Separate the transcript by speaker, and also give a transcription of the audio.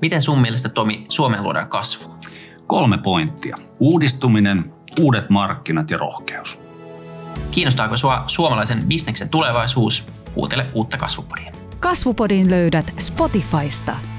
Speaker 1: Miten sun mielestä Tomi Suomeen luodaan kasvua?
Speaker 2: Kolme pointtia. Uudistuminen, uudet markkinat ja rohkeus.
Speaker 1: Kiinnostaako sua suomalaisen bisneksen tulevaisuus? Kuuntele uutta kasvupodia.
Speaker 3: Kasvupodin löydät Spotifysta –